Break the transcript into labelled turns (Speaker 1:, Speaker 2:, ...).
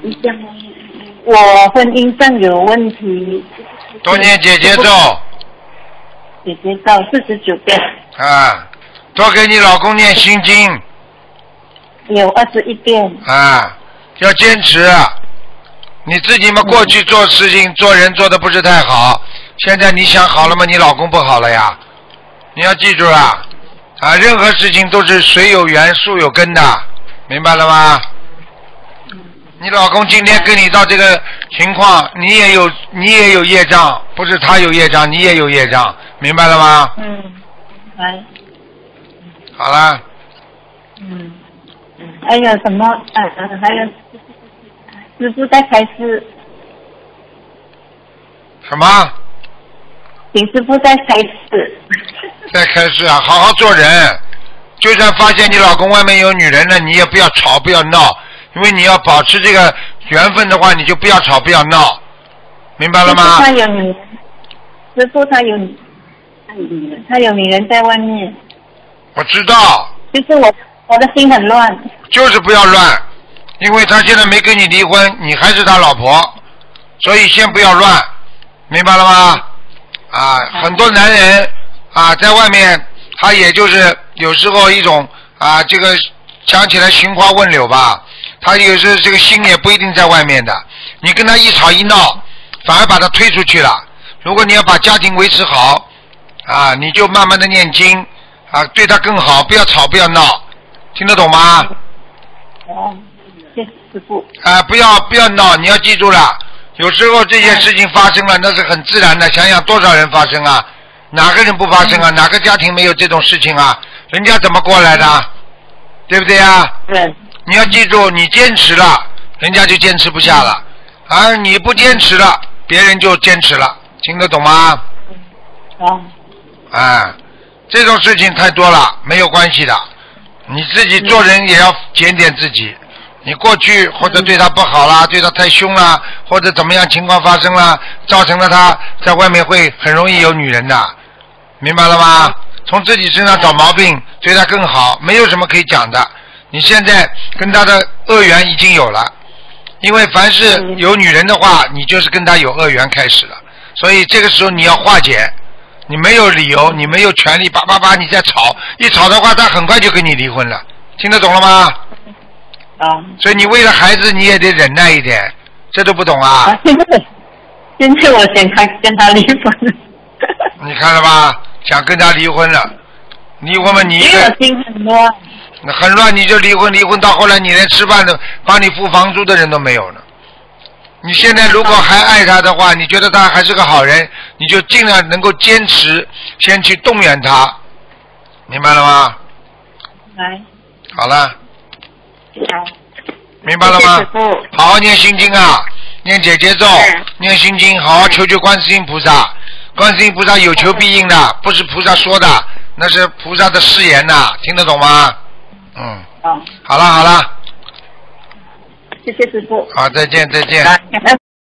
Speaker 1: 你讲，我婚姻上有问题，
Speaker 2: 多念姐姐咒
Speaker 1: 姐姐到四十九遍，
Speaker 2: 啊，多给你老公念心经
Speaker 1: 有二十一遍，
Speaker 2: 啊，要坚持。你自己嘛，过去做事情、做人做的不是太好，现在你想好了吗？你老公不好了呀？你要记住啊，啊，任何事情都是水有源，树有根的，明白了吗？你老公今天跟你到这个情况，你也有你也有业障，不是他有业障，你也有业障，明白了吗？
Speaker 1: 嗯，来，
Speaker 2: 好了，
Speaker 1: 嗯，还有什么？呃、呃，还有师傅在开示，
Speaker 2: 什么？
Speaker 1: 请师傅在开示，
Speaker 2: 再开始啊，好好做人。就算发现你老公外面有女人了，你也不要吵，不要闹，因为你要保持这个缘分的话，你就不要吵，不要闹，明白了
Speaker 1: 师
Speaker 2: 吗
Speaker 1: 父？他有女人，师傅他有女，他有女人在外面，
Speaker 2: 我知道，
Speaker 1: 就是我我的心很乱，
Speaker 2: 就是不要乱，因为他现在没跟你离婚，你还是他老婆，所以先不要乱，明白了吗？啊，很多男人啊，在外面他也就是有时候一种啊，这个讲起来寻花问柳吧，他有时候这个心也不一定在外面的，你跟他一吵一闹，反而把他推出去了。如果你要把家庭维持好，啊，你就慢慢的念经，啊，对他更好，不要吵，不要闹，听得懂吗？
Speaker 1: 哦，谢谢师傅，
Speaker 2: 啊、不要不要闹，你要记住了，有时候这些事情发生了，那是很自然的。想想多少人发生啊？哪个人不发生啊？哪个家庭没有这种事情啊？人家怎么过来的？对不对啊？
Speaker 1: 对，
Speaker 2: 你要记住，你坚持了，人家就坚持不下了；而你不坚持了，别人就坚持了，听得懂吗？
Speaker 1: 哦，
Speaker 2: 啊，这种事情太多了，没有关系的。你自己做人也要检点自己。你过去或者对他不好啦，对他太凶啦，或者怎么样情况发生啦，造成了他在外面会很容易有女人的，明白了吗？从自己身上找毛病，对他更好，没有什么可以讲的。你现在跟他的恶缘已经有了，因为凡是
Speaker 1: 嗯
Speaker 2: 有女人的话，你就是跟他有恶缘开始了，所以这个时候你要化解。你没有理由，你没有权利，叭叭叭，你再吵，一吵的话，他很快就跟你离婚了，听得懂了吗？
Speaker 1: 哦，
Speaker 2: 所以你为了孩子，你也得忍耐一点，这都不懂 啊
Speaker 1: 啊？，现在现在我想开跟他离婚，
Speaker 2: 你看了吧？想跟他离婚了，离婚嘛，你
Speaker 1: 因
Speaker 2: 一
Speaker 1: 为
Speaker 2: 个
Speaker 1: 我心很乱，
Speaker 2: 很乱，你就离婚，离婚到后来，你连吃饭的、帮你付房租的人都没有了。你现在如果还爱他的话，你觉得他还是个好人，你就尽量能够坚持，先去动员他，明白了吗？
Speaker 1: 来，
Speaker 2: 好了，
Speaker 1: 好，
Speaker 2: 明白了吗？
Speaker 1: 谢谢师傅。
Speaker 2: 好好念心经啊，念姐姐咒，
Speaker 1: 嗯
Speaker 2: 念心经，好好求求观世音菩萨。观世音菩萨有求必应的，不是菩萨说的，那是菩萨的誓言呐、听得懂吗？嗯，
Speaker 1: 哦，
Speaker 2: 好了好了，
Speaker 1: 谢谢师傅。
Speaker 2: 好，再见再见。
Speaker 1: 来，感恩